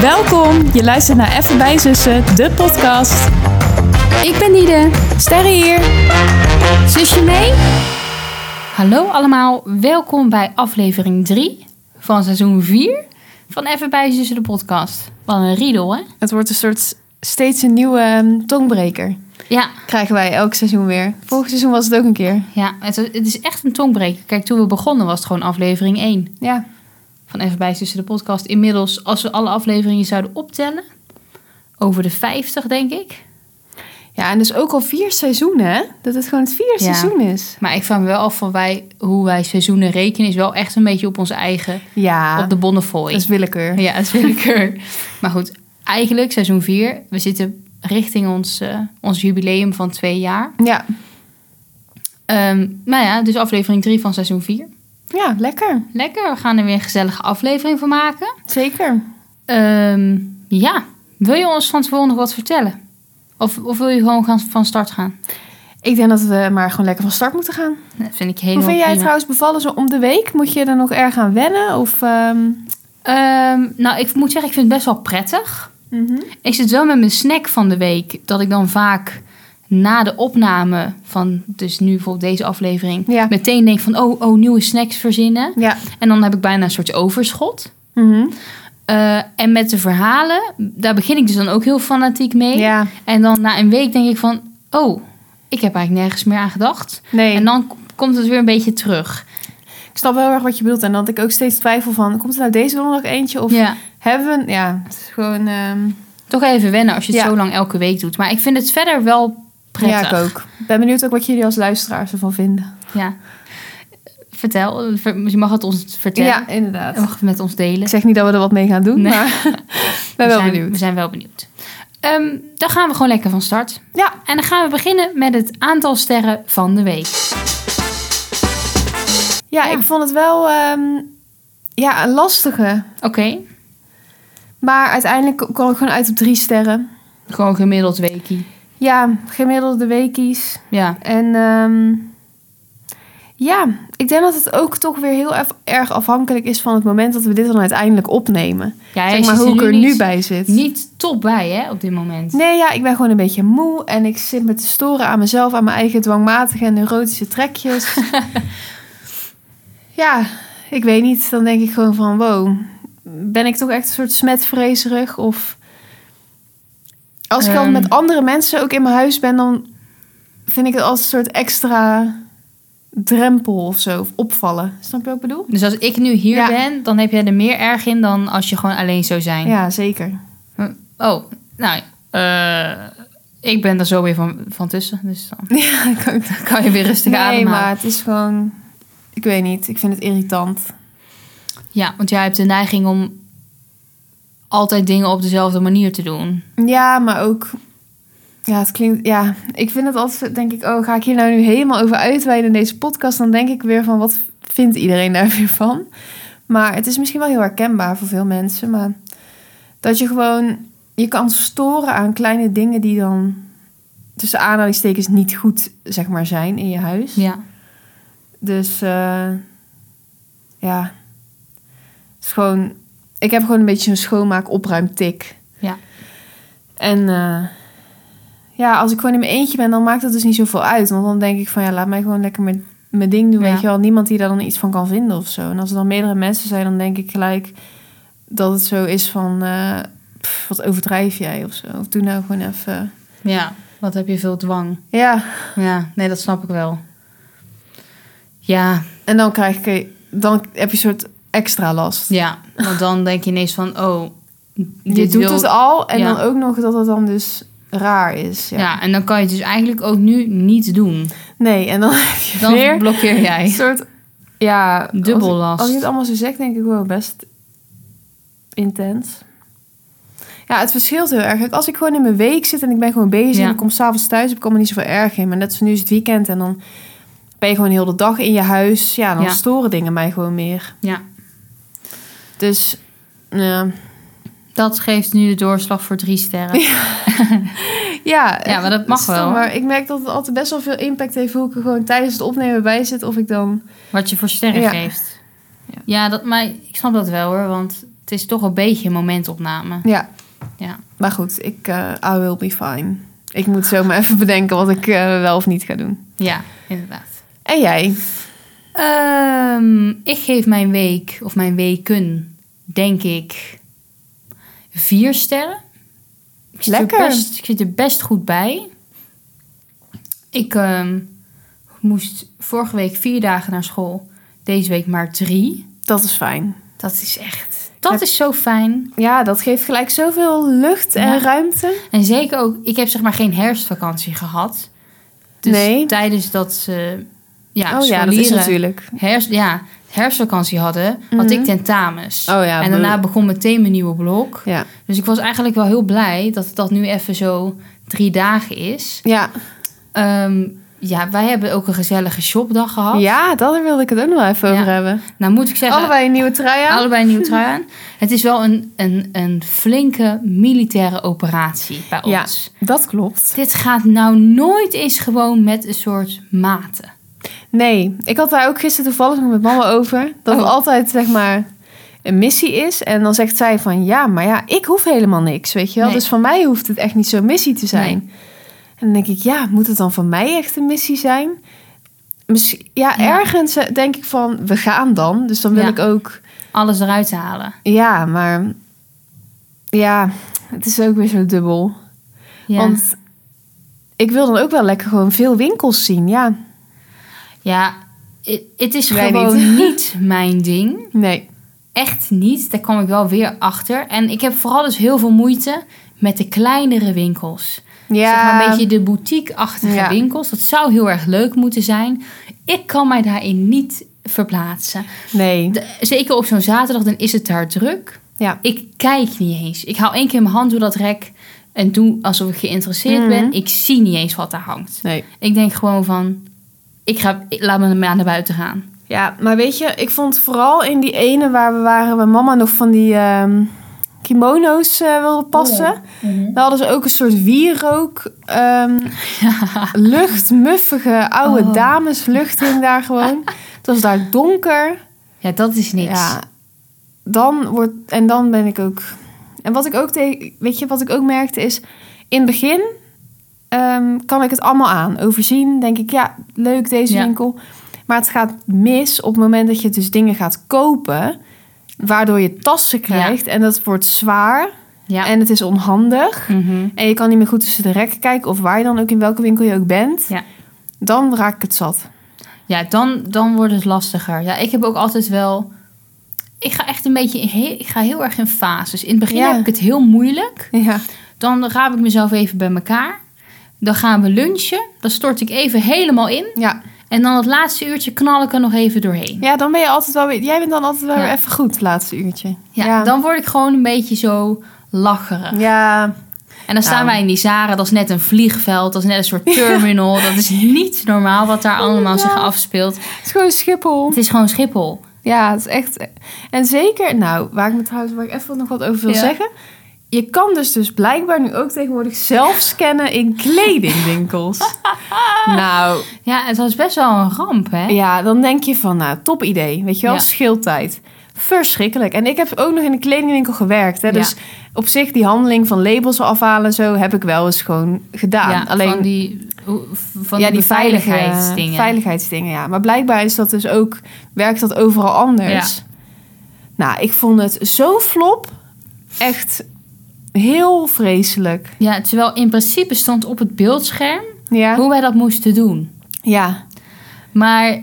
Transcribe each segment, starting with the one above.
Welkom, je luistert naar Even bij Zussen, de podcast. Ik ben Nide. Sterre hier. Zusje mee? Hallo allemaal, welkom bij aflevering 3 van seizoen 4 van Even bij Zussen de podcast. Wat een riedel, hè? Het wordt een soort steeds een nieuwe ehm, tongbreker. Ja, Krijgen wij elk seizoen weer. Vorig seizoen was het ook een keer. ja het, het is echt een tongbreker. Kijk, toen we begonnen was het gewoon aflevering 1 Ja, van Even bij Zussen de podcast. Inmiddels, als we alle afleveringen zouden optellen, over de 50 denk ik. ja en dus ook al vier seizoenen, hè? Dat het gewoon het vierde Ja. seizoen is. Maar ik vraag me wel af van wij, hoe wij seizoenen rekenen is wel echt een beetje op ons eigen, Ja, op de bonnefooi. dat is willekeur. Ja, dat is willekeur. maar goed, eigenlijk seizoen 4. We zitten richting ons, eh, ons jubileum van twee jaar. Ja. Ehm nou ja, dus aflevering 3 van seizoen 4. ja, lekker. Lekker, we gaan er weer een gezellige aflevering van maken. Zeker. Ehm, ja, wil je ons van tevoren nog wat vertellen? Of, of wil je gewoon gaan, van start gaan? Ik denk dat we maar gewoon lekker van start moeten gaan. Dat vind ik helemaal Hoe vind jij het prima. trouwens bevallen zo om de week? Moet je er nog erg aan wennen? Of, ehm, Ehm, nou, ik moet zeggen, ik vind het best wel prettig. Mhm. Ik zit wel met mijn snack van de week. Dat ik dan vaak na de opname van, dus nu bijvoorbeeld deze aflevering, Ja. meteen denk van, oh, oh, nieuwe snacks verzinnen. Ja. En dan heb ik bijna een soort overschot. Mhm. Eh, en met de verhalen, daar begin ik dus dan ook heel fanatiek mee. Ja, En dan na een week denk ik van, oh, ik heb eigenlijk nergens meer aan gedacht. nee. En dan k- komt het weer een beetje terug. Ik snap wel heel erg wat je bedoelt. En dat ik ook steeds twijfel van... komt er nou deze donderdag eentje? Of ja. hebben we... een- Ja, het is gewoon... ehm, Toch even wennen als je het Ja. zo lang elke week doet. Maar ik vind het verder wel prettig. ja, ik ook. Ik ben benieuwd ook wat jullie als luisteraars ervan vinden. Ja. Vertel, eh, ver- je mag het ons vertellen. Ja, inderdaad. Je mag het met ons delen. Ik zeg niet dat we er wat mee gaan doen, Oh. Nee. maar ik ben we, wel zijn, benieuwd. we zijn wel benieuwd. Ehm, dan gaan we gewoon lekker van start. Ja. En dan gaan we beginnen met het aantal sterren van de week. Ja, Ja. ik vond het wel ehm, ja, een lastige. Oké, Maar uiteindelijk kwam ik gewoon uit op drie sterren. gewoon gemiddeld weekie. Ja, gemiddelde weekies. Ja, En ehm, ja, ik denk dat het ook toch weer heel erg- erg afhankelijk is van het moment dat we dit dan uiteindelijk opnemen. ja zeg maar zit hoe ik er nu niet, bij zit. Niet top bij, hè, op dit moment. Nee, ja, ik ben gewoon een beetje moe en ik zit me te storen aan mezelf, aan mijn eigen dwangmatige en neurotische trekjes. ja, ik weet niet. Dan denk ik gewoon van, wow, ben ik toch echt een soort smetvreeserig? Of als ik dan Ehm. met andere mensen ook in mijn huis ben, dan vind ik het als een soort extra drempel of zo, of opvallen. Snap je wat ik bedoel? Dus als ik nu hier Ja. ben, dan heb jij er meer erg in dan als je gewoon alleen zou zijn. Ja, zeker. Oh, nou, eh, ik ben er zo weer van, van tussen. Dus dan Ja, ik ook. kan je weer rustig Nee, ademhalen. maar het is gewoon, ik weet niet, ik vind het irritant. Ja, want jij hebt de neiging om altijd dingen op dezelfde manier te doen. Ja, maar ook. Ja, het klinkt. Ja, ik vind het altijd. Denk ik, oh, ga ik hier nou nu helemaal over uitweiden in deze podcast? Dan denk ik weer van wat vindt iedereen daar weer van? Maar het is misschien wel heel herkenbaar voor veel mensen. Maar dat je gewoon. Je kan storen aan kleine dingen die dan. tussen aanhalingstekens niet goed, zeg maar, zijn in je huis. Ja. Dus. eh, ja. Het is gewoon. Ik heb gewoon een beetje een schoonmaak-opruimtik. Ja. En eh, ja, als ik gewoon in mijn eentje ben, dan maakt dat dus niet zoveel uit. Want dan denk ik van ja, laat mij gewoon lekker mijn, mijn ding doen. Ja. Weet je wel, niemand die daar dan iets van kan vinden of zo. En als er dan meerdere mensen zijn, dan denk ik gelijk dat het zo is van eh, pff, wat overdrijf jij of zo. Of doe nou gewoon even. Ja, wat heb je veel dwang. Ja, Ja, nee, dat snap ik wel. Ja, en dan krijg ik, dan heb je een soort extra last. ja. Want dan denk je ineens van, oh, dit je doet wil... het al en ja. dan ook nog dat het dan dus raar is. Ja. ja. en dan kan je het dus eigenlijk ook nu niet doen. Nee, en dan heb je Dan weer blokkeer een jij. soort ja, als Dubbel ik- last. Als je het allemaal zo zegt, denk ik wel best intens. Ja, het verschilt heel erg. Kijk, Als ik gewoon in mijn week zit en ik ben gewoon bezig Ja. en ik kom s'avonds thuis, heb ik allemaal niet zoveel erg in. Maar net zo nu is het weekend en dan ben je gewoon heel de dag in je huis. Ja, dan Ja. storen dingen mij gewoon meer. Ja, Dus ja, dat geeft nu de doorslag voor drie sterren. ja, Ja, maar dat het mag is stom, wel. Maar ik merk dat het altijd best wel veel impact heeft hoe ik er gewoon tijdens het opnemen bij zit. Of ik dan Wat je voor sterren Ja. geeft. Ja. Ja, dat, maar ik snap dat wel hoor. Want het Het is toch een beetje een momentopname. Ja, Ja. maar goed, ik, eh, I will be fine. Ik moet zo maar even bedenken wat ik eh, wel of niet ga doen. Ja, inderdaad. En jij? Ehm, ik geef mijn week, of mijn weken, denk ik, vier sterren. Ik zit, Lekker. Er, best, ik zit er best goed bij. Ik ehm, moest vorige week vier dagen naar school, deze week maar drie. Dat is fijn. Dat is echt. Dat Heb- is zo fijn. Ja, dat geeft gelijk zoveel lucht en Ja. ruimte. En zeker ook, ik heb zeg maar geen herfstvakantie gehad. Dus Nee. tijdens dat ze. Ja, oh ja, dat is scholieren- natuurlijk. herfst, ja, herfstvakantie hadden, had Mhm. ik tentamens. Oh ja, en daarna begon meteen mijn nieuwe blok. Ja. Dus ik was eigenlijk wel heel blij dat dat nu even zo drie dagen is. Ja. Ehm, ja, wij hebben ook een gezellige shopdag gehad. ja, daar wilde ik het ook nog wel even Ja. over hebben. Nou moet ik zeggen, allebei, Allebei een nieuwe trui aan. een nieuw trui aan. Het is wel een, een, een flinke militaire operatie bij Ja. ons. Dat klopt. Dit gaat nou nooit eens gewoon met een soort maten. Nee, ik had daar ook gisteren toevallig nog met mama over. Dat het Oh. altijd, zeg maar, een missie is. En dan zegt zij van, ja, maar ja, ik hoef helemaal niks, weet je wel. Nee. Dus voor mij hoeft het echt niet zo'n missie te zijn. En dan denk ik, ja, moet het dan voor mij echt een missie zijn? Misschien, ja, Ja. ergens eh, denk ik van, we gaan dan. Dus dan wil Ja. ik ook, Alles eruit halen. ja, maar... Ja, het is ook weer zo dubbel. Ja. Want ik wil dan ook wel lekker gewoon veel winkels zien, ja. Ja, i- het is Wij gewoon niet. niet. mijn ding. Nee. Echt niet. Daar kwam ik wel weer achter. En ik heb vooral dus heel veel moeite met de kleinere winkels. Ja. Zeg maar een beetje de boutique-achtige Ja. winkels. Dat zou heel erg leuk moeten zijn. Ik kan mij daarin niet verplaatsen. Nee. De- zeker op zo'n zaterdag, dan is het daar druk. Ja. Ik kijk niet eens. Ik hou één keer mijn hand door dat rek en doe alsof ik geïnteresseerd ben. Mhm. Ik zie niet eens wat daar hangt. Nee. Ik denk gewoon van, ik ga, ik- laat me maar naar buiten gaan. Ja, maar weet je, ik vond vooral in die ene waar we waren, waar mama nog van die ehm, kimono's eh, wilde passen. Daar hadden ze ook een soort wierook, ehm luchtmuffige oude Oh. dameslucht in daar gewoon. Het was daar donker. Ja, dat is niks. Ja, dan wordt, en dan ben ik ook... En wat ik ook, te, weet je, wat ik ook merkte is, in het begin ehm, kan ik het allemaal aan. Overzien, denk ik, ja, leuk deze Ja. winkel. Maar het gaat mis op het moment dat je dus dingen gaat kopen, waardoor je tassen krijgt en dat wordt zwaar Ja. en het is onhandig. Mhm. En je kan niet meer goed tussen de rekken kijken of waar je dan ook in welke winkel je ook bent. Ja. Dan raak ik het zat. ja dan, dan wordt het lastiger. Ja, ik heb ook altijd wel... Ik ga echt een beetje... in heel- Ik ga heel erg in fases. In het begin Ja. heb ik het heel moeilijk. Ja. Dan raap ik mezelf even bij elkaar. Dan gaan we lunchen. Dan stort ik even helemaal in. Ja. En dan het laatste uurtje knal ik er nog even doorheen. ja, dan ben je altijd wel weer... Jij bent dan altijd wel Ja. weer even goed het laatste uurtje. Ja, ja. Dan word ik gewoon een beetje zo lacherig. Ja, En dan Ja. staan wij in die zaren. Dat is net een vliegveld. Dat is net een soort terminal. Dat is niet normaal wat Oh, daar allemaal zich Inderdaad. afspeelt. het is gewoon Schiphol. Het is gewoon Schiphol. Ja, het is echt... En zeker, nou, waar ik me trouwens waar ik even nog wat over wil Ja. zeggen... Je kan dus dus blijkbaar nu ook tegenwoordig zelf scannen in kledingwinkels. nou, Ja, het was best wel een ramp, hè? ja, dan denk je van, nou, top idee. Weet je wel, Ja. schildtijd. Verschrikkelijk. En ik heb ook nog in de kledingwinkel gewerkt. Hè? Ja. Dus op zich, die handeling van labels afhalen en zo... heb ik wel eens gewoon gedaan. Ja, Alleen, van die, hoe- van ja, die, die veilige- veiligheidsdingen. Veiligheidsdingen, ja. Maar blijkbaar is dat dus ook, werkt dat overal anders. Nou, ik vond het zo flop. Echt heel vreselijk. ja, terwijl in principe stond op het beeldscherm Ja, hoe wij dat moesten doen. ja, Maar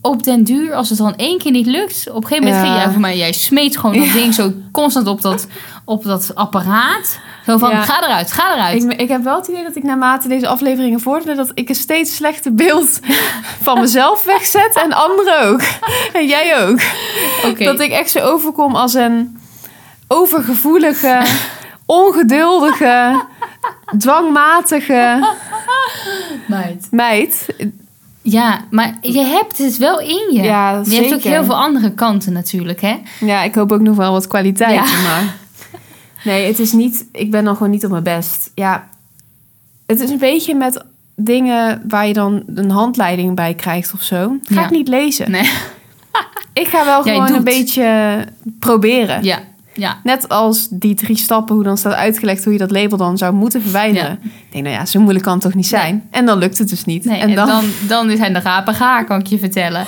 op den duur, als het dan één keer niet lukt... Op een gegeven moment Ja. ging jij van mij... Jij smeet gewoon dat ding zo constant op dat, op dat apparaat. Zo van, Ja. ga eruit, ga eruit. ik, ik heb wel het idee dat ik naarmate deze afleveringen voortdoen... dat ik een steeds slechter beeld van mezelf wegzet en anderen ook. En jij ook. Oké, Dat ik echt zo overkom als een overgevoelige, ongeduldige, dwangmatige... Meid, Ja, maar je hebt het wel in je. Ja, je zeker. hebt ook heel veel andere kanten natuurlijk, hè? Ja, ik hoop ook nog wel wat kwaliteit. Ja. Maar... Nee, het is niet... Ik ben dan gewoon niet op mijn best. Ja, het is een beetje met dingen waar je dan een handleiding bij krijgt of zo. Ga Ja. ik niet lezen. Nee. Ik ga wel Jij gewoon doet. een beetje proberen. Ja, Ja. Net als die drie stappen, hoe dan staat uitgelegd hoe je dat label dan zou moeten verwijderen. Ik denk, nou ja, zo moeilijk kan het toch niet zijn? En dan lukt het dus niet. Nee, en dan... Dan, is hij de rapen gaar, kan ik je vertellen.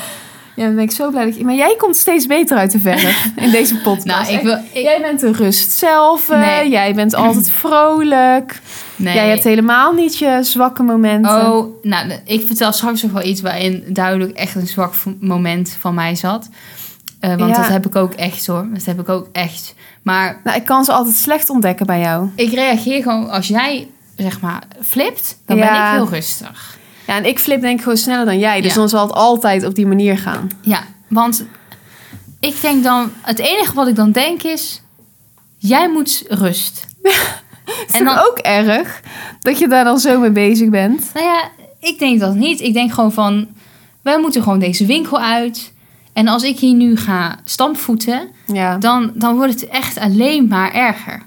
Ja, dan ben ik zo blij dat je... Maar jij komt steeds beter uit de verf in deze podcast. Nou, ik Echt. wil... ik- Jij bent de rust zelf. eh, Nee. Jij bent altijd vrolijk. nee. Jij hebt helemaal niet je zwakke momenten. Oh, nou, ik vertel straks nog wel iets waarin duidelijk echt een zwak v- moment van mij zat. Eh, want Ja. dat heb ik ook echt hoor. Dat heb ik ook echt. Maar Nou, ik kan ze altijd slecht ontdekken bij jou. ik reageer gewoon als jij, zeg maar, flipt, dan ben Ja. ik heel rustig. Ja, en ik flip denk ik gewoon sneller dan jij. Dus Ja. dan zal het altijd op die manier gaan. Ja, want ik denk dan, het enige wat ik dan denk is, jij moet rust. Het is En en dan- ook erg dat je daar dan zo mee bezig bent. Nou ja, ik denk dat niet. Ik denk gewoon van, wij moeten gewoon deze winkel uit. En als ik hier nu ga stampvoeten, Ja. dan, dan wordt het echt alleen maar erger.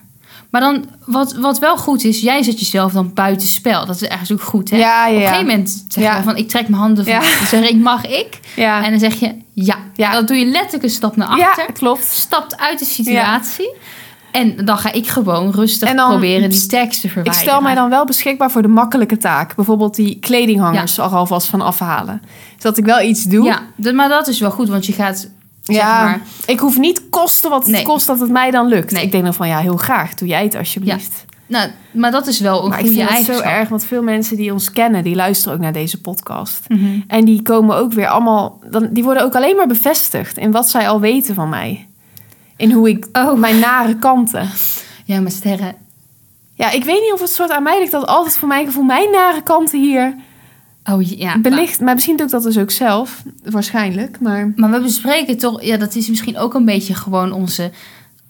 Maar dan, wat, wat wel goed is, jij zet jezelf dan buitenspel. Dat is ergens ook goed, hè? Ja, ja, Op een ja. gegeven moment zeg je Ja. van, ik trek mijn handen van. Ja. Dan zeg ik, mag ik? Ja. En dan zeg je, ja. Ja. Dan doe je letterlijk een stap naar ja, achter. klopt. Stapt uit de situatie. En dan ga ik gewoon rustig En dan- proberen die tekst te Ik verwijderen. stel mij dan wel beschikbaar voor de makkelijke taak. Bijvoorbeeld die kledinghangers er alvast van afhalen. Zodat ik wel iets doe. Ja, d- maar dat is wel goed, want je gaat... Zeg Ja, maar, Ik hoef niet kosten wat het Nee. kost dat het mij dan lukt. Nee. Ik denk dan van ja, heel graag. Doe jij het alsjeblieft. nou, maar dat is wel een Maar ik goede vind het zo eigenschap. erg, want veel mensen die ons kennen, die luisteren ook naar deze podcast. Mhm. En die komen ook weer allemaal, dan, die worden ook alleen maar bevestigd in wat zij al weten van mij. In hoe ik, Oh. mijn nare kanten. Ja, maar sterren, Ja, ik weet niet of het soort aan mij ligt dat altijd voor mijn gevoel mijn nare kanten hier Oh ja. Maar, belicht. Maar misschien doe ik dat dus ook zelf, waarschijnlijk. Maar maar we bespreken toch, ja, dat is misschien ook een beetje gewoon onze,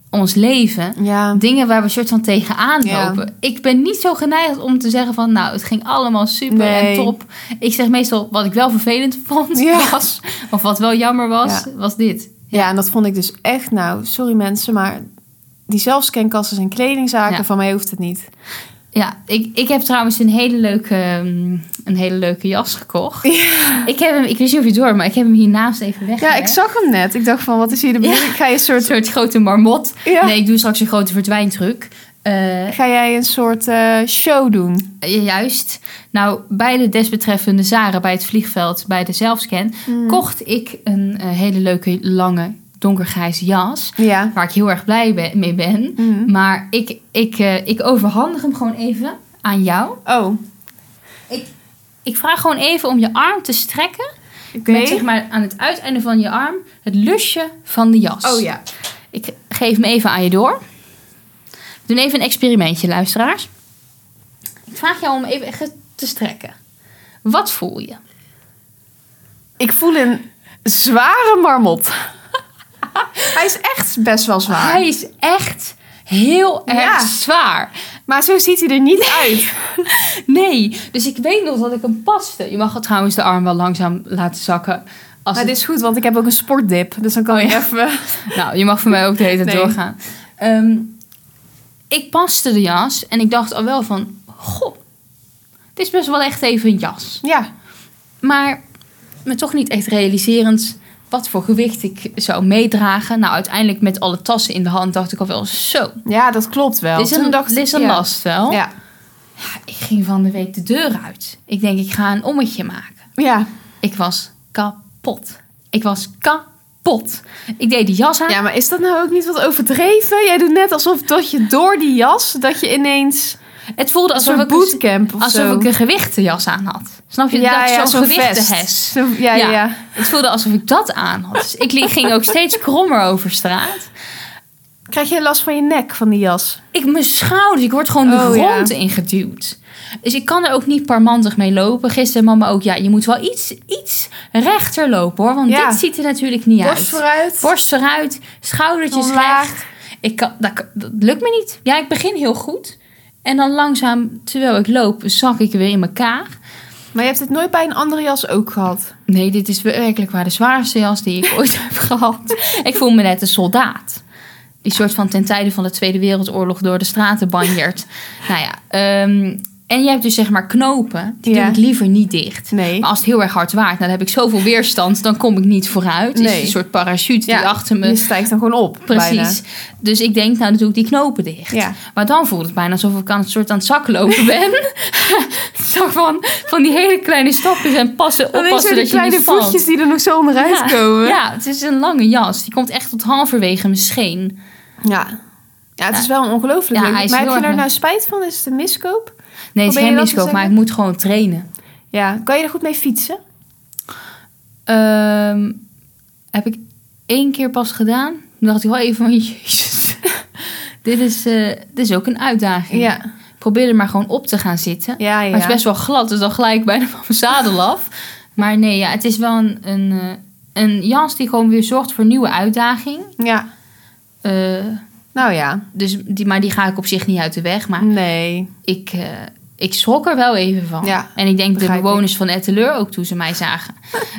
ons leven. ja, Dingen waar we soort van tegenaan Ja. lopen. Ik ben niet zo geneigd om te zeggen van, nou, het ging allemaal super en Nee. top. Ik zeg meestal wat ik wel vervelend vond Ja. was, of wat wel jammer was, Ja. was dit. ja, en dat vond ik dus echt, nou, sorry mensen, maar die zelfscankassen en kledingzaken, Ja. van mij hoeft het niet. Ja, ik, ik heb trouwens een hele leuke, ehm, een hele leuke jas gekocht. Ik heb hem, ik wist niet of je het door, maar ik heb hem hiernaast even weg. Ja, ik zag hem net. Ik dacht van, wat is hier de bedoeling? Ga je een Een soort... soort grote marmot. Ja. Nee, ik doe straks een grote verdwijntruc. Eh, Ga jij een soort eh, show doen? Ja, Juist. Nou, bij de desbetreffende Zaren bij het vliegveld, bij de zelfscan, Hmm. kocht ik een eh, hele leuke, lange, donkergrijze jas. Ja. Waar ik heel erg blij be- mee ben. Mhm. Maar ik, ik, eh, ik overhandig hem gewoon even aan jou. Oh, Ik vraag gewoon even om je arm te strekken. oké. Met zeg maar aan het uiteinde van je arm het lusje van de jas. Oh ja. Ik geef hem even aan je door. We doen even een experimentje, luisteraars. Ik vraag jou om even echt te strekken. Wat voel je? Ik voel een zware marmot. Hij is echt best wel zwaar. Hij is echt heel erg Ja. zwaar. Maar zo ziet hij er niet uit. Nee, dus ik weet nog dat ik hem paste. Je mag het trouwens de arm wel langzaam laten zakken. Als Maar het- dit is goed, want ik heb ook een sportdip. Dus dan kan ik even... Nou, je mag voor mij ook de hele tijd Nee. doorgaan. Ehm, ik paste de jas en ik dacht al wel van... Goh, dit is best wel echt even een jas. Ja. Maar me toch niet echt realiserend wat voor gewicht ik zou meedragen. Nou, uiteindelijk met alle tassen in de hand dacht ik al wel zo. ja, dat klopt wel. Dit is Toen een, dacht dit is ik, een ja. last wel. Ja. Ja, Ik ging van de week de deur uit. Ik denk, ik ga een ommetje maken. Ja. Ik was kapot. Ik was kapot. Ik deed de jas aan. ja, maar is dat nou ook niet wat overdreven? Jij doet net alsof dat je door die jas, dat je ineens... Het voelde Als alsof, een ik een, bootcamp of alsof zo. ik een gewichtenjas aan had. Snap je? dat ik zo'n gewichtenhes. Zo, ja, ja, ja. Het voelde alsof ik dat aan had. Dus ik li- ging ook steeds krommer over straat. Krijg je last van je nek van die jas? ik mijn schouders, ik word gewoon de Oh, ja. grond ingeduwd. Dus ik kan er ook niet parmantig mee lopen. Gisteren mama ook, ja, je moet wel iets, iets rechter lopen hoor. Want Ja. dit ziet er natuurlijk niet uit. vooruit. Borst vooruit, schoudertjes Omlaag. recht. Ik kan, dat, kan- dat lukt me niet. Ja, ik begin heel goed. En dan langzaam, terwijl ik loop, zak ik weer in elkaar. Maar je hebt het nooit bij een andere jas ook gehad. Nee, dit is werkelijk waar de zwaarste jas die ik ooit heb gehad. Ik voel me net een soldaat. Die soort van ten tijde van de Tweede Wereldoorlog door de straten banjert. Nou ja, ehm, En je hebt dus zeg maar knopen, die Ja. doe ik liever niet dicht. Nee. Maar als het heel erg hard waait, nou, dan heb ik zoveel weerstand, dan kom ik niet vooruit. Het Nee. is een soort parachute die achter me... Je stijgt dan gewoon op. Precies. bijna. Dus ik denk, nou, dan doe ik die knopen dicht. Ja. Maar dan voelt het bijna alsof ik aan een soort aan het zaklopen ben. Zo van, van die hele kleine stapjes en passen, Dan is oppassen er die dat je kleine niet valt. voetjes die er nog zo onderuit ja. komen. Ja, het is een lange jas. Die komt echt tot halverwege mijn scheen. Ja. Ja, het is wel een Ja, ongelooflijk leuk. hij Maar is heb heel je erg er leuk. nou spijt van? Is het een miskoop? Nee, Probeer het is je geen dat te miskoop, maar ik zeggen? moet gewoon trainen. Ja. Kan je er goed mee fietsen? Ehm, heb ik één keer pas gedaan. Toen dacht ik wel even van, jezus. dit, is, eh, dit is ook een uitdaging. Ja. Ik probeer er maar gewoon op te gaan zitten. Ja, ja. Maar het is best wel glad, dus dan gelijk bijna van mijn zadel af. Maar nee, ja, het is wel een, een, eh, een jas die gewoon weer zorgt voor nieuwe uitdaging. Ja. Eh, Nou ja. dus die, maar die ga ik op zich niet uit de weg. Maar Nee. ik, eh, ik schrok er wel even van. Ja, en ik denk de begrijp ik. bewoners van Etteleur ook toen ze mij zagen.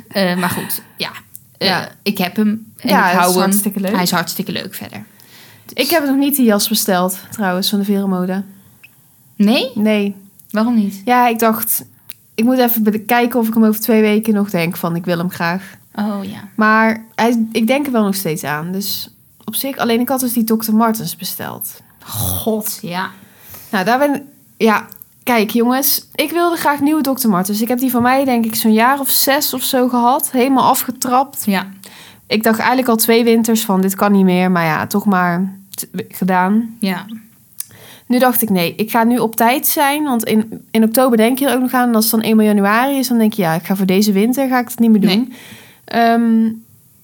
Eh, maar goed, ja. Eh, Ja. Ik heb hem en Ja, ik het hou is hem. hartstikke leuk. Hij is hartstikke leuk verder. Ik heb nog niet die jas besteld, trouwens, van de Veremode. Nee? Nee. Waarom niet? Ja, ik dacht... Ik moet even be- kijken of ik hem over twee weken nog denk van... ik wil hem graag. Oh ja. Maar hij, ik denk er wel nog steeds aan. Dus op zich... Alleen ik had dus die Dr. Martens besteld. God, ja. Nou, daar ben Ja, kijk jongens. Ik wilde graag nieuwe Dr. Martens. Ik heb die van mij denk ik zo'n jaar of zes of zo gehad. Helemaal afgetrapt. Ja. Ik dacht eigenlijk al twee winters van... dit kan niet meer. Maar ja, toch maar t- gedaan. Ja. Nu dacht ik, nee, ik ga nu op tijd zijn. Want in, in oktober denk je er ook nog aan. En als het dan eenmaal januari is, dan denk je... ja, ik ga voor deze winter ga ik het niet meer doen. Nee. Ehm,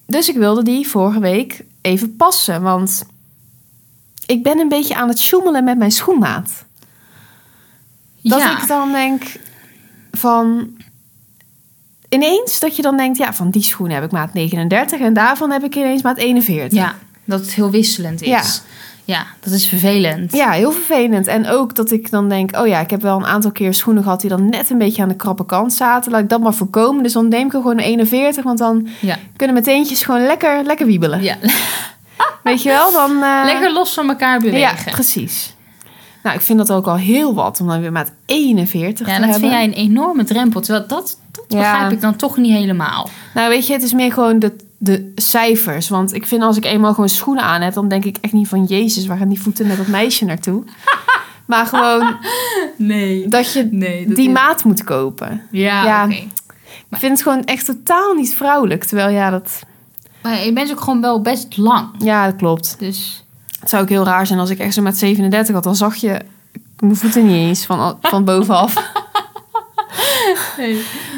dus ik wilde die vorige week even passen. Want ik ben een beetje aan het sjoemelen met mijn schoenmaat. Dat ja. ik dan denk van... Ineens dat je dan denkt, ja, van die schoen heb ik maat 39... en daarvan heb ik ineens maat 41. Ja, dat het heel wisselend is. Ja. Ja, dat is vervelend. Ja, heel vervelend. En ook dat ik dan denk, oh ja, ik heb wel een aantal keer schoenen gehad die dan net een beetje aan de krappe kant zaten. Laat ik dat maar voorkomen. Dus dan neem ik er gewoon een 41, want dan Ja. kunnen mijn teentjes gewoon lekker, lekker wiebelen. Ja. Weet je wel? Dan, eh, Lekker los van elkaar Ja, bewegen. precies. Nou, ik vind dat ook al heel wat om dan weer maat 41 Ja, te dat hebben. vind jij een enorme drempel. Terwijl dat, dat Ja. begrijp ik dan toch niet helemaal. Nou, weet je, het is meer gewoon de, de cijfers. Want ik vind als ik eenmaal gewoon schoenen aan heb, dan denk ik echt niet van Jezus, waar gaan die voeten met dat meisje naartoe? maar gewoon Nee. dat je Nee. die maat moet kopen. Ja, Ja. oké. Ik vind het gewoon echt totaal niet vrouwelijk. Terwijl ja, dat, Maar je bent ook gewoon wel best lang. ja, dat klopt. Dus Het zou ook heel raar zijn als ik echt zo met 37 had. Dan zag je mijn voeten niet eens van, van bovenaf.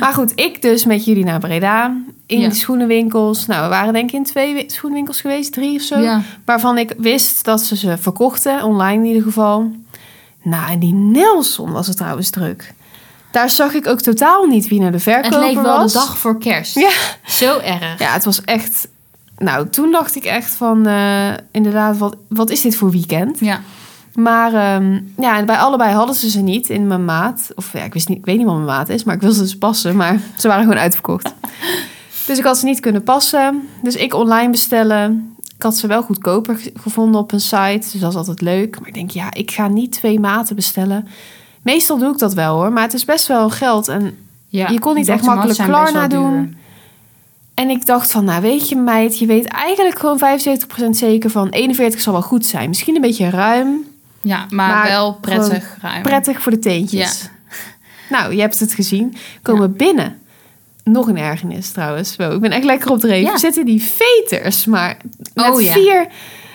Maar goed, ik dus met jullie naar Breda. In Ja. die schoenenwinkels. Nou, we waren denk ik in twee wi- schoenenwinkels geweest. Drie of zo. ja. Waarvan ik wist dat ze ze verkochten. Online in ieder geval. Nou, en die Nelson was het trouwens druk. Daar zag ik ook totaal niet wie naar de Het verkoper leek wel was. de dag voor kerst. Ja. Zo erg. Ja, het was echt. Nou, toen dacht ik echt van, eh, inderdaad, wat, wat is dit voor weekend? Ja. Maar ehm, ja, en bij allebei hadden ze ze niet in mijn maat. Of ja, ik, wist niet, ik weet niet wat mijn maat is, maar ik wilde ze dus passen. Maar ze waren gewoon uitverkocht. dus ik had ze niet kunnen passen. Dus ik online bestellen. Ik had ze wel goedkoper ge- gevonden op een site. Dus dat is altijd leuk. Maar ik denk, ja, ik ga niet twee maten bestellen. Meestal doe ik dat wel hoor. Maar het is best wel geld. En ja. Je kon niet Die echt Dr. Mart makkelijk zijn best Klarna wel duur. doen. En ik dacht van, nou weet je meid, je weet eigenlijk gewoon 75% zeker van 41 zal wel goed zijn. Misschien een beetje ruim, Ja, maar, Maar wel prettig ruim. prettig voor de teentjes. Nou, je hebt het gezien. Komen binnen. Nog een ergernis trouwens. Wow, ik ben echt lekker op dreef. Ja. Zitten die veters, maar met Oh, ja. vier,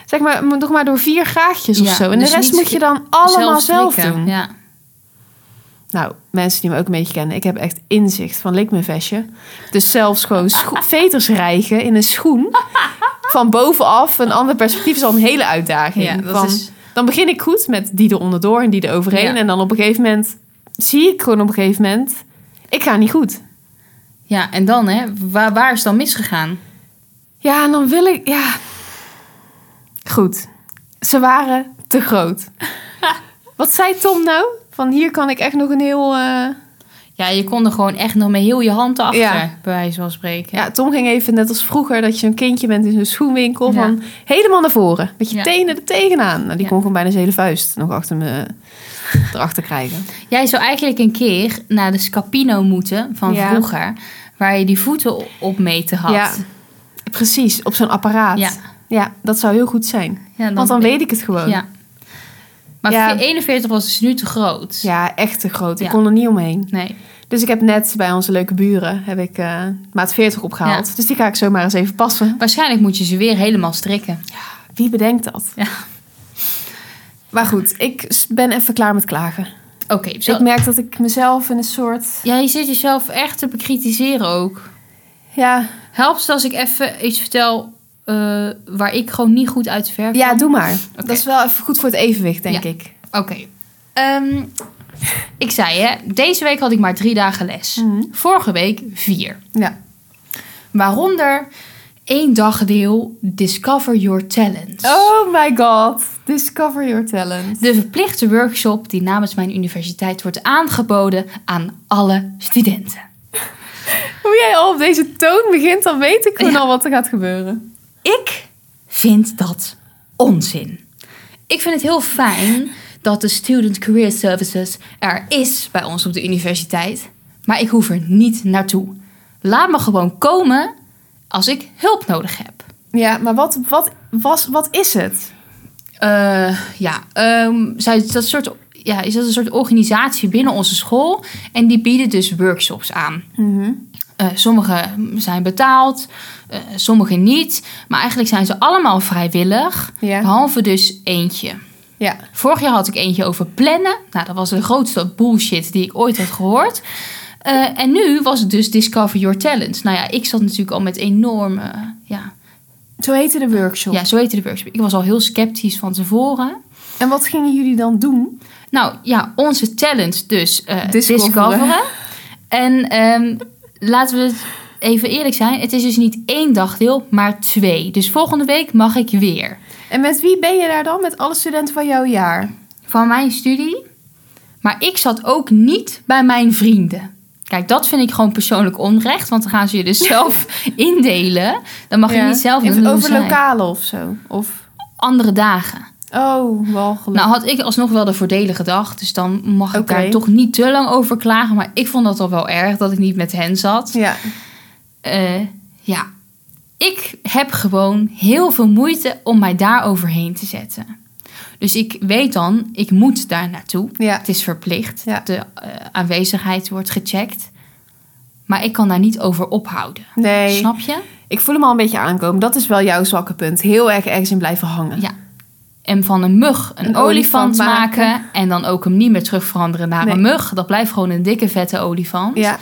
zeg maar, nog maar door vier gaatjes of Ja, zo. En dus de rest niet moet je dan allemaal zelf, strikken. doen. Ja. Nou, mensen die me ook een beetje kennen, ik heb echt inzicht van leek mijn vestje. Dus zelfs gewoon scho- veters rijgen in een schoen van bovenaf, een ander perspectief is al een hele uitdaging. Ja, dat Van, is- Dan begin ik goed met die er onderdoor en die er overheen. Ja. En dan op een gegeven moment zie ik gewoon op een gegeven moment, ik ga niet goed. ja, en dan hè, waar, waar is dan misgegaan? Ja, en dan wil ik, ja. Goed, ze waren te groot. Wat zei Tom nou? Van hier kan ik echt nog een heel... eh, Ja, je kon er gewoon echt nog met heel je hand achter, Ja. bij wijze van spreken. Ja, Tom ging even net als vroeger dat je een kindje bent in zo'n schoenwinkel. Ja. Van helemaal naar voren. Met je Ja. tenen er tegenaan. Nou, die Ja. kon gewoon bijna zijn hele vuist nog achter me. erachter krijgen. Jij zou eigenlijk een keer naar de Scapino moeten van Ja. vroeger. Waar je die voeten o- opmeten had. Ja. Precies, op zo'n apparaat. Ja. Ja, dat zou heel goed zijn. Ja, Want dan weet ik het gewoon. Ja. Maar Ja. ve- 41 was dus nu te groot. Ja, echt te groot. Ik Ja. kon er niet omheen. Nee. Dus ik heb net bij onze leuke buren heb ik, eh, maat 40 opgehaald. Dus die ga ik zomaar eens even passen. Waarschijnlijk moet je ze weer helemaal strikken. Wie bedenkt dat? Ja. Maar goed, ik s- ben even klaar met klagen. Oké, zo... Ik merk dat ik mezelf in een soort... Ja, je zit jezelf echt te bekritiseren ook. Ja, Helpt het als ik even iets vertel eh, waar ik gewoon niet goed uit verf? ja doe maar. Oké. Dat is wel even goed voor het evenwicht, denk Ja. ik. Oké. Ehm, ik zei hè, deze week had ik maar drie dagen les. Mhm. Vorige week vier. Ja. Waaronder één dagdeel Discover Your Talents. Oh my god. Discover your talent. De verplichte workshop die namens mijn universiteit wordt aangeboden aan alle studenten. Hoe jij al op deze toon begint, dan weet ik gewoon Ja. al wat er gaat gebeuren. Ik vind dat onzin. Ik vind het heel fijn dat de Student Career Services er is bij ons op de universiteit. Maar ik hoef er niet naartoe. Laat me gewoon komen als ik hulp nodig heb. Ja, maar wat, wat, was, wat is het? Eh, ja, ehm, zij, dat een soort, ja, is dat een soort organisatie binnen onze school. En die bieden dus workshops aan. Mhm. Eh, sommige zijn betaald, eh, sommige niet. Maar eigenlijk zijn ze allemaal vrijwillig. Ja. Behalve dus eentje. Ja. Vorig jaar had ik eentje over plannen. Nou, dat was de grootste bullshit die ik ooit had gehoord. Eh, en nu was het dus Discover Your Talent. Nou ja, ik zat natuurlijk al met enorme... ja, Zo heette de workshop. ja, zo heette de workshop. Ik was al heel sceptisch van tevoren. En wat gingen jullie dan doen? Nou ja, onze talent dus eh, Discoveren. discoveren. En ehm, laten we het even eerlijk zijn. Het is dus niet één dagdeel, maar twee. Dus volgende week mag ik weer. En met wie ben je daar dan? Met alle studenten van jouw jaar? Van mijn studie. Maar ik zat ook niet bij mijn vrienden. Kijk, dat vind ik gewoon persoonlijk onrecht. Want dan gaan ze je dus zelf indelen. Dan mag je Ja. niet zelf Even doen. Over zij. lokalen of zo? Of... Andere dagen. Oh, walgelijk. Nou had ik alsnog wel de voordelige dag. Dus dan mag ik Oké. daar toch niet te lang over klagen. Maar ik vond dat al wel erg dat ik niet met hen zat. ja. Eh, ja, ik heb gewoon heel veel moeite om mij daar overheen te zetten. Dus ik weet dan, ik moet daar naartoe. Ja. Het is verplicht. Ja. De eh, aanwezigheid wordt gecheckt. Maar ik kan daar niet over ophouden. Nee, Snap je? ik voel hem al een beetje aankomen. Dat is wel jouw zwakke punt. Heel erg ergens in blijven hangen. Ja. En van een mug een, Een olifant olifant, maken. En dan ook hem niet meer terug veranderen naar Nee. een mug. Dat blijft gewoon een dikke, vette olifant. Ja.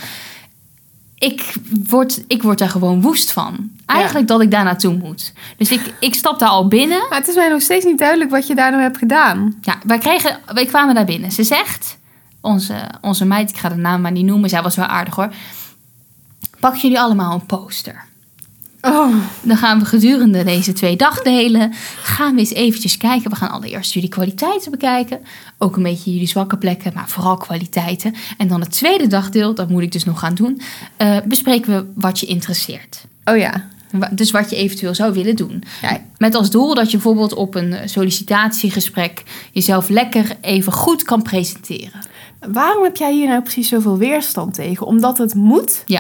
ik word, ik word daar gewoon woest van. Eigenlijk dat ik daar naartoe moet. Dus ik, ik stap daar al binnen. Maar het is mij nog steeds niet duidelijk wat je daar nou hebt gedaan. Ja, wij, kregen, wij kwamen daar binnen. Ze zegt, onze, onze meid, ik ga de naam maar niet noemen. Zij was wel aardig hoor. Pak jullie allemaal een poster. Oh, Dan gaan we gedurende deze twee dagdelen... gaan we eens eventjes kijken. We gaan allereerst jullie kwaliteiten bekijken. Ook een beetje jullie zwakke plekken, maar vooral kwaliteiten. En dan het tweede dagdeel, dat moet ik dus nog gaan doen... eh, bespreken we wat je interesseert. oh ja. Wa- Dus wat je eventueel zou willen doen. Ja. Met als doel dat je bijvoorbeeld op een eh, sollicitatiegesprek jezelf lekker even goed kan presenteren. Waarom heb jij hier nou precies zoveel weerstand tegen? Omdat het moet? Ja.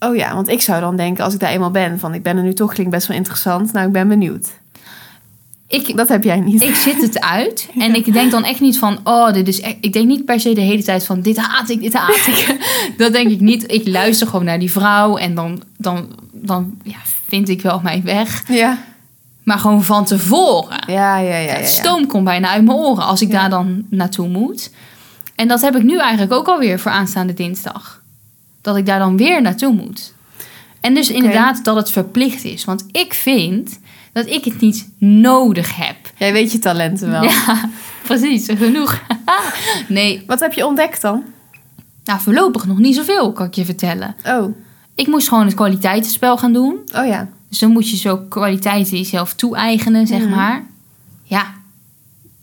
Oh ja, want ik zou dan denken als ik daar eenmaal ben... van ik ben er nu toch, klinkt best wel interessant. Nou, ik ben benieuwd. Ik, Dat heb jij niet. ik zit het uit en ik denk dan echt niet van, oh, dit is echt, ik denk niet per se de hele tijd van, dit haat ik, dit haat ik. Dat denk ik niet. Ik luister gewoon naar die vrouw en dan, dan, dan ja, vind ik wel mijn weg. Ja. Maar gewoon van tevoren. Ja, ja, ja. ja, ja. Het stoom komt bijna uit mijn oren als ik Ja. daar dan naartoe moet. En dat heb ik nu eigenlijk ook alweer voor aanstaande dinsdag. Dat ik daar dan weer naartoe moet. En dus inderdaad dat het verplicht is. Want ik vind dat ik het niet nodig heb. Jij weet je talenten wel. Ja, precies. Genoeg. nee, Wat heb je ontdekt dan? nou voorlopig nog niet zoveel, kan ik je vertellen. Oh, Ik moest gewoon het kwaliteitenspel gaan doen. oh ja. Dus dan moet je zo kwaliteiten jezelf toe-eigenen, zeg Mhm. maar. Ja,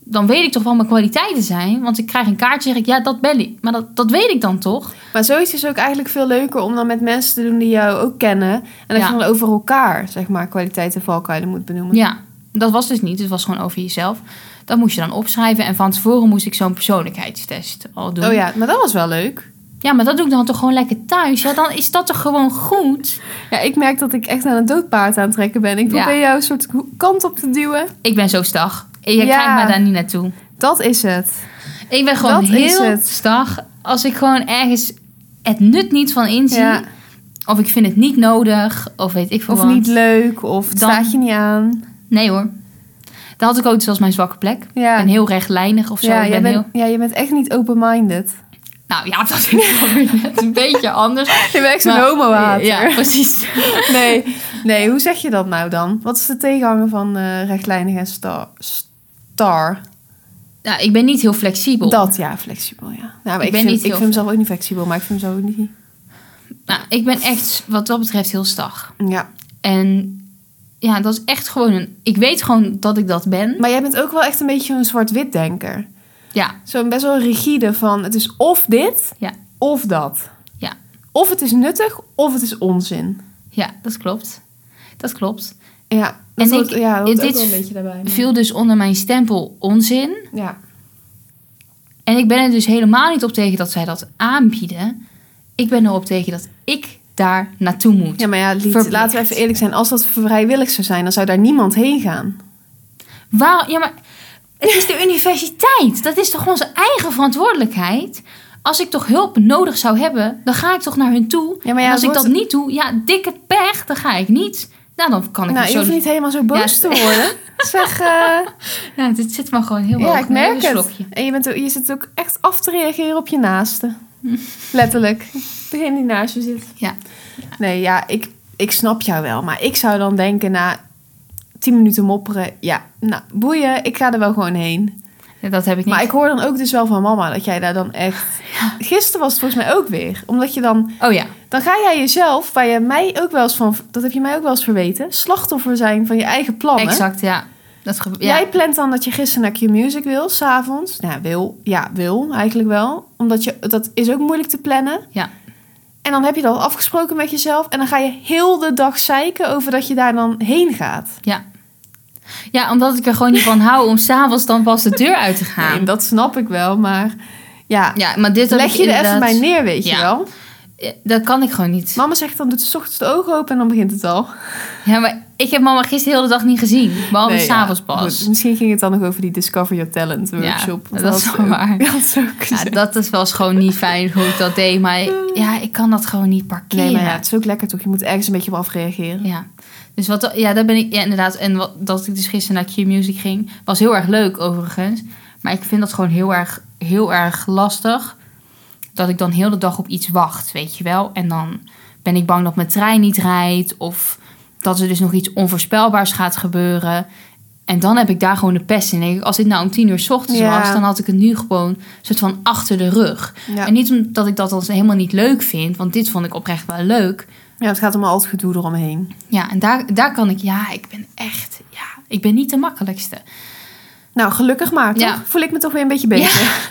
dan weet ik toch wel mijn kwaliteiten zijn. Want ik krijg een kaartje zeg ik, ja, dat ben ik. Maar dat, dat weet ik dan toch? Maar zoiets is dus ook eigenlijk veel leuker om dan met mensen te doen die jou ook kennen. En dat Ja. je dan over elkaar, zeg maar, kwaliteiten en valkuilen moet benoemen. Ja, dat was dus niet. Het was gewoon over jezelf. Dat moest je dan opschrijven. En van tevoren moest ik zo'n persoonlijkheidstest al doen. Oh ja, maar dat was wel leuk. Ja, maar dat doe ik dan toch gewoon lekker thuis. Ja, dan is dat toch gewoon goed. Ja, ik merk dat ik echt naar een doodpaard aan het trekken ben. Ik probeer Ja. jou een soort ho- kant op te duwen. Ik ben zo stag. Je Ja. krijgt me daar niet naartoe. Dat is het. Ik ben gewoon Dat is heel het. stag. Als ik gewoon ergens het nut niet van inzie. Ja. Of ik vind het niet nodig. Of weet ik veel Of wat. niet leuk, of het Dan- staat je niet aan. Nee hoor. Dat had ik ook zoals mijn zwakke plek. Ja, Ik ben heel rechtlijnig of zo. ja, ik jij ben bent, heel... ja, je bent echt niet open-minded. Nou ja, dat is wel weer net een beetje anders. Je bent echt zo'n Maar- homo Ja, precies. Nee. nee, hoe zeg je dat nou dan? Wat is de tegenhanger van eh, rechtlijnig en star? star? Nou, ik ben niet heel flexibel. Dat ja, flexibel, ja. Nou, maar ik, Ik ben vind, niet ik heel vind mezelf ook niet flexibel, maar ik vind mezelf ook niet... Nou, ik ben echt wat dat betreft heel stag. Ja. En ja, dat is echt gewoon een... Ik weet gewoon dat ik dat ben. Maar jij bent ook wel echt een beetje een zwart-wit denker. Ja, Zo'n best wel rigide van het is of dit, Ja. of dat. Ja. Of het is nuttig, of het is onzin. ja, dat klopt. Dat klopt. Ja, dat En hoort, ik- ja, dat hoort dit ook wel een beetje daarbij. maar- Viel dus onder mijn stempel onzin. Ja. En ik ben er dus helemaal niet op tegen dat zij dat aanbieden. Ik ben erop tegen dat ik daar naartoe moet. ja, maar ja, liet- Verplicht. laten we even eerlijk zijn. Als dat vrijwillig zou zijn, dan zou daar niemand heen gaan. Waar, ja, maar het is de universiteit. Dat is toch onze eigen verantwoordelijkheid? Als ik toch hulp nodig zou hebben, dan ga ik toch naar hun toe. Ja, maar ja, en als ik het dat wordt- niet doe, ja, dikke pech, dan ga ik niet. Nou, dan kan ik nou, je zo... hoeft niet helemaal zo boos Ja, te worden. zeg, eh, Ja, dit zit me gewoon heel ja, hoog. ik merk Een het. slokje. En je, bent, ook- je zit ook echt af te reageren op je naaste. Letterlijk. Degene die naast je zit. Ja. Nee, ja, ik, ik snap jou wel. Maar ik zou dan denken na tien minuten mopperen... Ja, nou, boeien, ik ga er wel gewoon heen. Ja, dat heb ik niet. Maar ik hoor dan ook dus wel van mama dat jij daar dan echt... Gisteren was het volgens mij ook weer. Omdat je dan... Oh ja. Dan ga jij jezelf, waar je mij ook wel eens van... Dat heb je mij ook wel eens verweten. Slachtoffer zijn van je eigen plannen. Exact, ja. Dat gebe- ja. Jij plant dan dat je gisteren naar Q-Music wil, s'avonds. Nou, wil. Ja, wil eigenlijk wel. Omdat je, dat is ook moeilijk te plannen. Ja. En dan heb je dat afgesproken met jezelf. En dan ga je heel de dag zeiken over dat je daar dan heen gaat. ja, omdat ik er gewoon niet van hou om s'avonds dan pas de deur uit te gaan. Nee, dat snap ik wel, maar... Ja, Ja, maar dit had leg ik je er even inderdaad- bij neer, weet je Ja. wel. Ja, Dat kan ik gewoon niet. Mama zegt dan doet ze 's ochtends de ogen open en dan begint het al. Ja, maar ik heb mama gisteren heel de dag niet gezien. Behalve Nee, ja. s'avonds pas. Goed, misschien ging het dan nog over die Discover Your Talent workshop. dat is wel waar. Dat zou ook Ja, dat is wel eens gewoon niet fijn hoe ik dat deed. Maar ja, ik kan dat gewoon niet parkeren. Nee, maar ja, het is ook lekker toch? Je moet ergens een beetje op afreageren. Ja. Dus wat, ja, daar ben ik ja, inderdaad. En wat, dat ik dus gisteren naar Q-Music ging, was heel erg leuk overigens. Maar ik vind dat gewoon heel erg, heel erg lastig. Dat ik dan heel de dag op iets wacht, weet je wel. En dan ben ik bang dat mijn trein niet rijdt. Of dat er dus nog iets onvoorspelbaars gaat gebeuren. En dan heb ik daar gewoon de pest in. Denk ik, Als dit nou om tien uur 's ochtends Ja. was, dan had ik het nu gewoon een soort van achter de rug. Ja. En niet omdat ik dat dan helemaal niet leuk vind, want dit vond ik oprecht wel leuk. Ja, het gaat om al het gedoe eromheen. Ja, en daar, daar kan ik, ja, ik ben echt, ja, ik ben niet de makkelijkste. Nou, gelukkig maar, toch? Ja. Voel ik me toch weer een beetje beter.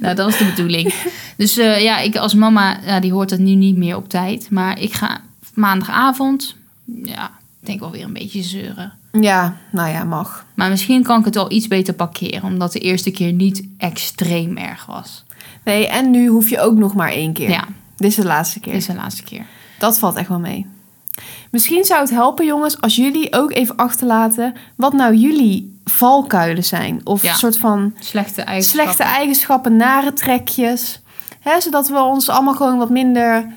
Nou, dat was de bedoeling. Dus eh, ja, ik als mama, ja, die hoort dat nu niet meer op tijd. Maar ik ga maandagavond, ja, ik denk wel weer een beetje zeuren. Ja, nou ja, mag. Maar misschien kan ik het al iets beter parkeren, omdat de eerste keer niet extreem erg was. Nee, en nu hoef je ook nog maar één keer. Ja, Dit is de laatste keer. dit is de laatste keer. Dat valt echt wel mee. Misschien zou het helpen, jongens, als jullie ook even achterlaten wat nou jullie valkuilen zijn. Of Ja. een soort van Slechte eigenschappen. slechte eigenschappen, nare trekjes. Hè, zodat we ons allemaal gewoon wat minder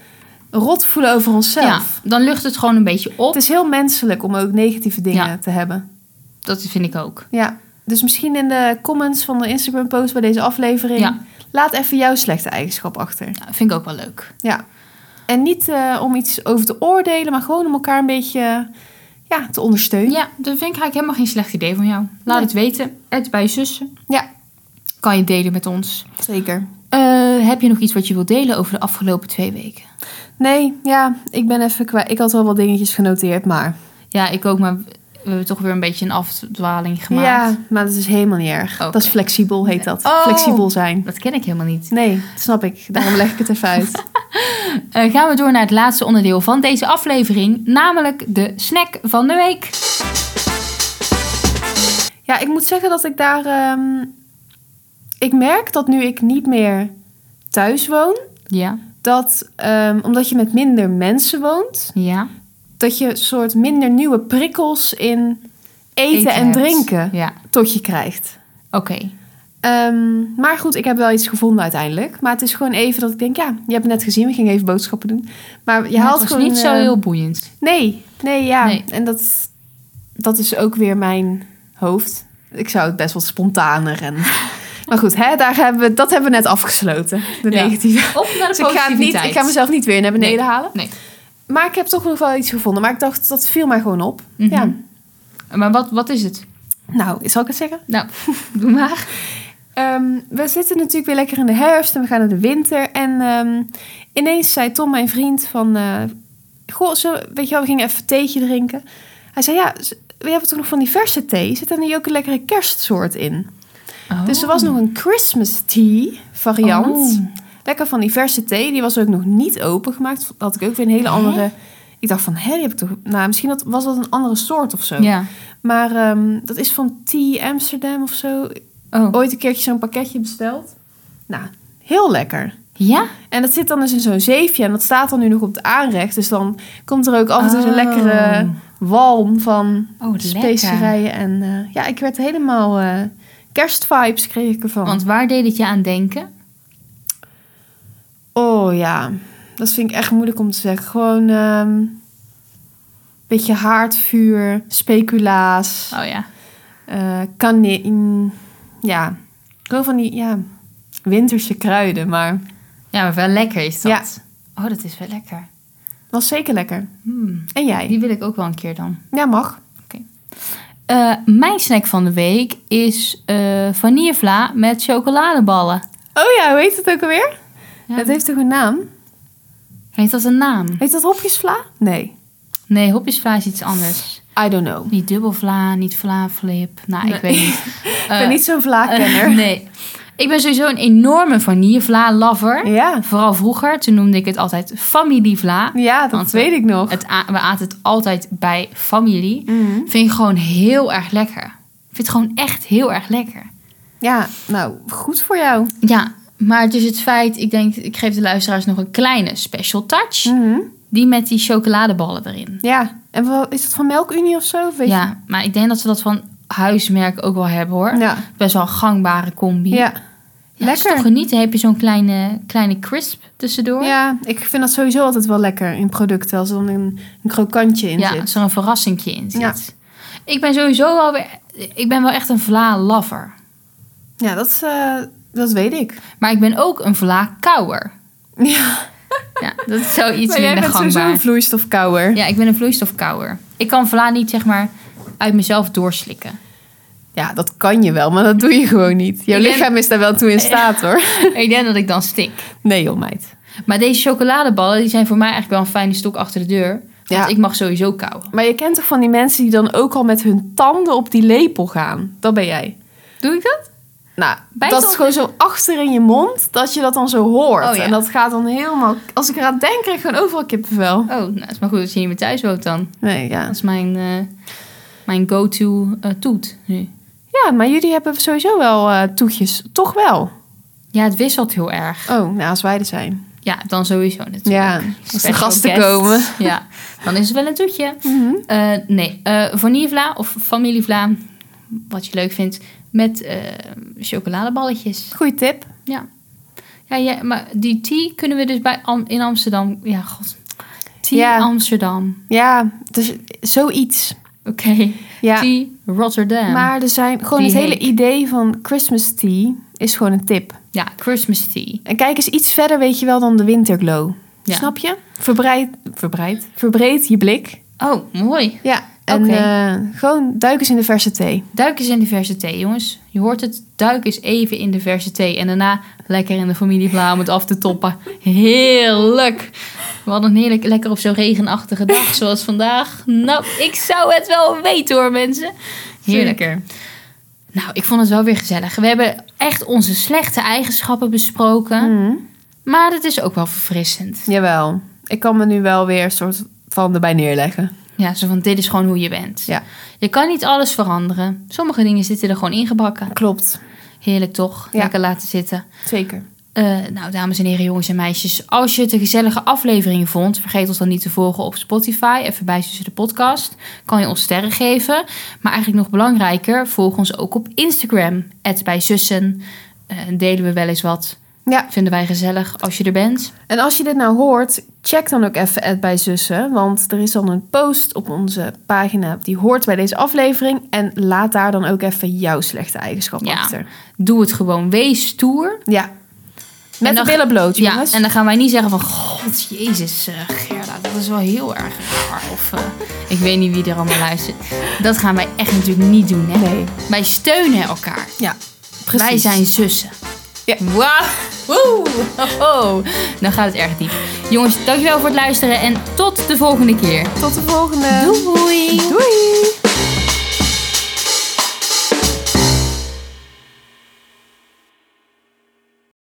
rot voelen over onszelf. Ja, dan lucht het gewoon een beetje op. Het is heel menselijk om ook negatieve dingen te hebben. Dat vind ik ook. Ja. Dus misschien in de comments van de Instagram post bij deze aflevering. Ja. Laat even jouw slechte eigenschap achter. Ja, Nou, vind ik ook wel leuk. Ja. En niet eh, om iets over te oordelen, maar gewoon om elkaar een beetje eh, ja, te ondersteunen. Ja, dan vind ik eigenlijk helemaal geen slecht idee van jou. Laat Nee. het weten. Het bij je zussen. Ja. Kan je delen met ons. Zeker. Eh, heb je nog iets wat je wilt delen over de afgelopen twee weken? Nee, ja, ik ben even kwijt. Ik had wel wat dingetjes genoteerd, maar. Ja, ik ook, maar we hebben toch weer een beetje een afdwaling gemaakt. Ja, maar dat is helemaal niet erg. Oké. Dat is flexibel, heet dat. Oh. Flexibel zijn. Dat ken ik helemaal niet. Nee, dat snap ik. Daarom leg ik het even uit. Eh, gaan we door naar het laatste onderdeel van deze aflevering, namelijk de snack van de week. Ja, Ja, ik moet zeggen dat ik daar. ehm, ik merk dat nu ik niet meer thuis woon, Ja, dat ehm, omdat je met minder mensen woont, ja. dat je een soort minder nieuwe prikkels in eten, en hebt. drinken Ja, tot je krijgt. oké. Ehm, maar goed, ik heb wel iets gevonden uiteindelijk. Maar het is gewoon even dat ik denk, ja, je hebt het net gezien, we gingen even boodschappen doen. Maar je Maar haalt het was gewoon niet zo eh, heel boeiend. Nee, nee, ja. Nee. En dat, dat is ook weer mijn hoofd. Ik zou het best wel spontaner en... Maar goed, hè, daar hebben we, dat hebben we net afgesloten. De Ja. negatieve. Op naar de Dus ik ga, het niet, ik ga mezelf niet weer naar beneden Nee. halen. Nee. Maar ik heb toch nog wel iets gevonden. Maar ik dacht, dat viel mij gewoon op. Mhm. Ja. Maar wat, wat is het? Nou, zal ik het zeggen? Nou, doe maar. Ehm, we zitten natuurlijk weer lekker in de herfst en we gaan naar de winter. En ehm, ineens zei Tom, mijn vriend, van... eh, goh, zo, weet je wel, we gingen even theetje drinken. Hij zei, ja, z- we hebben toch nog van die verse thee? Zit er nu ook een lekkere kerstsoort in? Dus er was nog een Christmas tea variant. Oh. Lekker van die verse thee. Die was ook nog niet opengemaakt. Dat had ik ook weer een hele Hè? andere... Ik dacht van, hè, die heb ik toch... Nou, misschien dat, was dat een andere soort of zo. Oh, Ja. Maar ehm, dat is van Tea Amsterdam of zo Oh. ooit een keertje zo'n pakketje besteld. Nou, heel lekker. Ja? En dat zit dan dus in zo'n zeefje en dat staat dan nu nog op het aanrecht. Dus dan komt er ook af en toe zo'n Oh. lekkere walm van Oh, specerijen. En eh, ja, ik werd helemaal eh, kerstvibes kreeg ik ervan. Want waar deed het je aan denken? Oh ja, dat vind ik echt moeilijk om te zeggen. Gewoon ehm beetje haardvuur, speculaas, Oh ja. eh kaneel. Ja, gewoon van die ja, winterse kruiden, maar... Ja, maar wel lekker is dat. Oh, dat is wel lekker. Was zeker lekker. Hmm. En jij? Die wil ik ook wel een keer dan. Ja, mag. Eh, mijn snack van de week is eh vanillevla met chocoladeballen. Oh ja, hoe heet het ook alweer? Ja. Het heeft toch een naam? Heeft dat een naam? Heet dat hopjesvla? Nee. Nee, hopjesvla is iets anders. I don't know. Niet dubbelvla, niet vla flip. Nou, Nee. ik weet niet. Eh, ik ben niet zo'n vlaakkenner. nee. Ik ben sowieso een enorme vanillevla lover. ja. Vooral vroeger, toen noemde ik het altijd familievla. ja, dat Want, eh, weet ik nog. Het a- we aten het altijd bij familie. Mhm. Vind ik gewoon heel erg lekker. Ik vind het gewoon echt heel erg lekker. Ja, nou, goed voor jou. Ja, maar dus het feit, ik denk, ik geef de luisteraars nog een kleine special touch. Mhm. Die met die chocoladeballen erin. Ja. En wat, is dat van Melkunie of zo? Of Weet ja, maar ik denk dat ze dat van huismerk ook wel hebben hoor. Je? Ja. Best wel een gangbare combi. Ja. Ja, is lekker. toch genieten heb je zo'n kleine, kleine crisp tussendoor. ja, ik vind dat sowieso altijd wel lekker in producten. Als er dan een, een krokantje in ja zit. als er een verrassingje in zit. Ja. Ik ben sowieso wel weer, ik ben wel echt een vla-lover. Ja, dat, is, eh, dat weet ik. Maar ik ben ook een vla-kouwer. Ja. Ja, dat is zo iets maar jij minder bent sowieso gangbaar. een vloeistofkouwer. Ja, ik ben een vloeistofkouwer. Ik kan vla niet, zeg maar, uit mezelf doorslikken. Ja, dat kan je wel, maar dat doe je gewoon niet. Jouw Ik ben- lichaam is daar wel toe in staat hoor. ik denk dat ik dan stik. Nee joh, meid. Maar deze chocoladeballen, die zijn voor mij eigenlijk wel een fijne stok achter de deur. Want Ja. ik mag sowieso kauwen. Maar je kent toch van die mensen die dan ook al met hun tanden op die lepel gaan? Dat ben jij. Doe ik dat? Nou, Bijtel- dat is gewoon zo achter in je mond dat je dat dan zo hoort. Oh, ja. En dat gaat dan helemaal... Als ik eraan denk, krijg ik gewoon overal kippenvel. Oh, nou, is maar goed dat je niet meer thuis woont dan. Nee, ja. Dat is mijn, eh, mijn go-to eh, toet nu. Ja, maar jullie hebben sowieso wel eh, toetjes. Toch wel? Ja, het wisselt heel erg. Oh, nou, als wij er zijn. Ja, dan sowieso natuurlijk. Ja, als de Special gasten guests. komen. Ja, dan is het wel een toetje. Mhm. Eh, nee, eh vanillevla of familievla, wat je leuk vindt, met eh, chocoladeballetjes. Goeie tip. Ja. Ja, ja, maar die tea kunnen we dus bij Am- in Amsterdam. Ja, god. Tea Ja. Amsterdam. Ja, dus zoiets. Oké. Ja. Tea Rotterdam. Maar er zijn gewoon Die het hele heet. idee van Christmas tea is gewoon een tip. Ja, Christmas tea. En kijk eens iets verder, weet je wel, dan de winterglow. Ja. Snap je? Verbreid, verbreid, verbreed je blik. Oh, mooi. Ja. En Oké. eh, gewoon duik eens in de verse thee. Duik eens in de verse thee, jongens. Je hoort het. Duik eens even in de verse thee. En daarna lekker in de familievla om het af te toppen. Heerlijk. We hadden een heerlijk lekker op zo'n regenachtige dag zoals vandaag. Nou, ik zou het wel weten hoor, mensen. Heerlijk. Zeker. Nou, ik vond het wel weer gezellig. We hebben echt onze slechte eigenschappen besproken. Mhm. Maar dat is ook wel verfrissend. Jawel. Ik kan me nu wel weer een soort van erbij neerleggen. Ja, zo van dit is gewoon hoe je bent. Ja. Je kan niet alles veranderen. Sommige dingen zitten er gewoon ingebakken. Klopt, Heerlijk toch? Ja. Lekker laten zitten. zeker. Eh, nou, dames en heren, jongens en meisjes. Als je het een gezellige aflevering vond, vergeet ons dan niet te volgen op Spotify. Even bij tussen de podcast. Kan je ons sterren geven. Maar eigenlijk nog belangrijker, volg ons ook op Instagram. bij zussen. delen we wel eens wat. Ja, Vinden wij gezellig als je er bent. en als je dit nou hoort, check dan ook even het bij zussen. Want er is dan een post op onze pagina die hoort bij deze aflevering. En laat daar dan ook even jouw slechte eigenschap Ja. achter. Doe het gewoon. Wees stoer. Ja. Met En de dan- billen bloot, Ja, jongens. en dan gaan wij niet zeggen van... God, jezus, eh, Gerda, dat is wel heel erg raar. Of eh, ik weet niet wie er allemaal luistert. Dat gaan wij echt natuurlijk niet doen, hè? Nee. Wij steunen elkaar. Ja, precies. Wij zijn zussen. Ja. Wauw. Woe. Oh, dan gaat het erg diep. Jongens, dankjewel voor het luisteren en tot de volgende keer. Tot de volgende. Doei. Doei.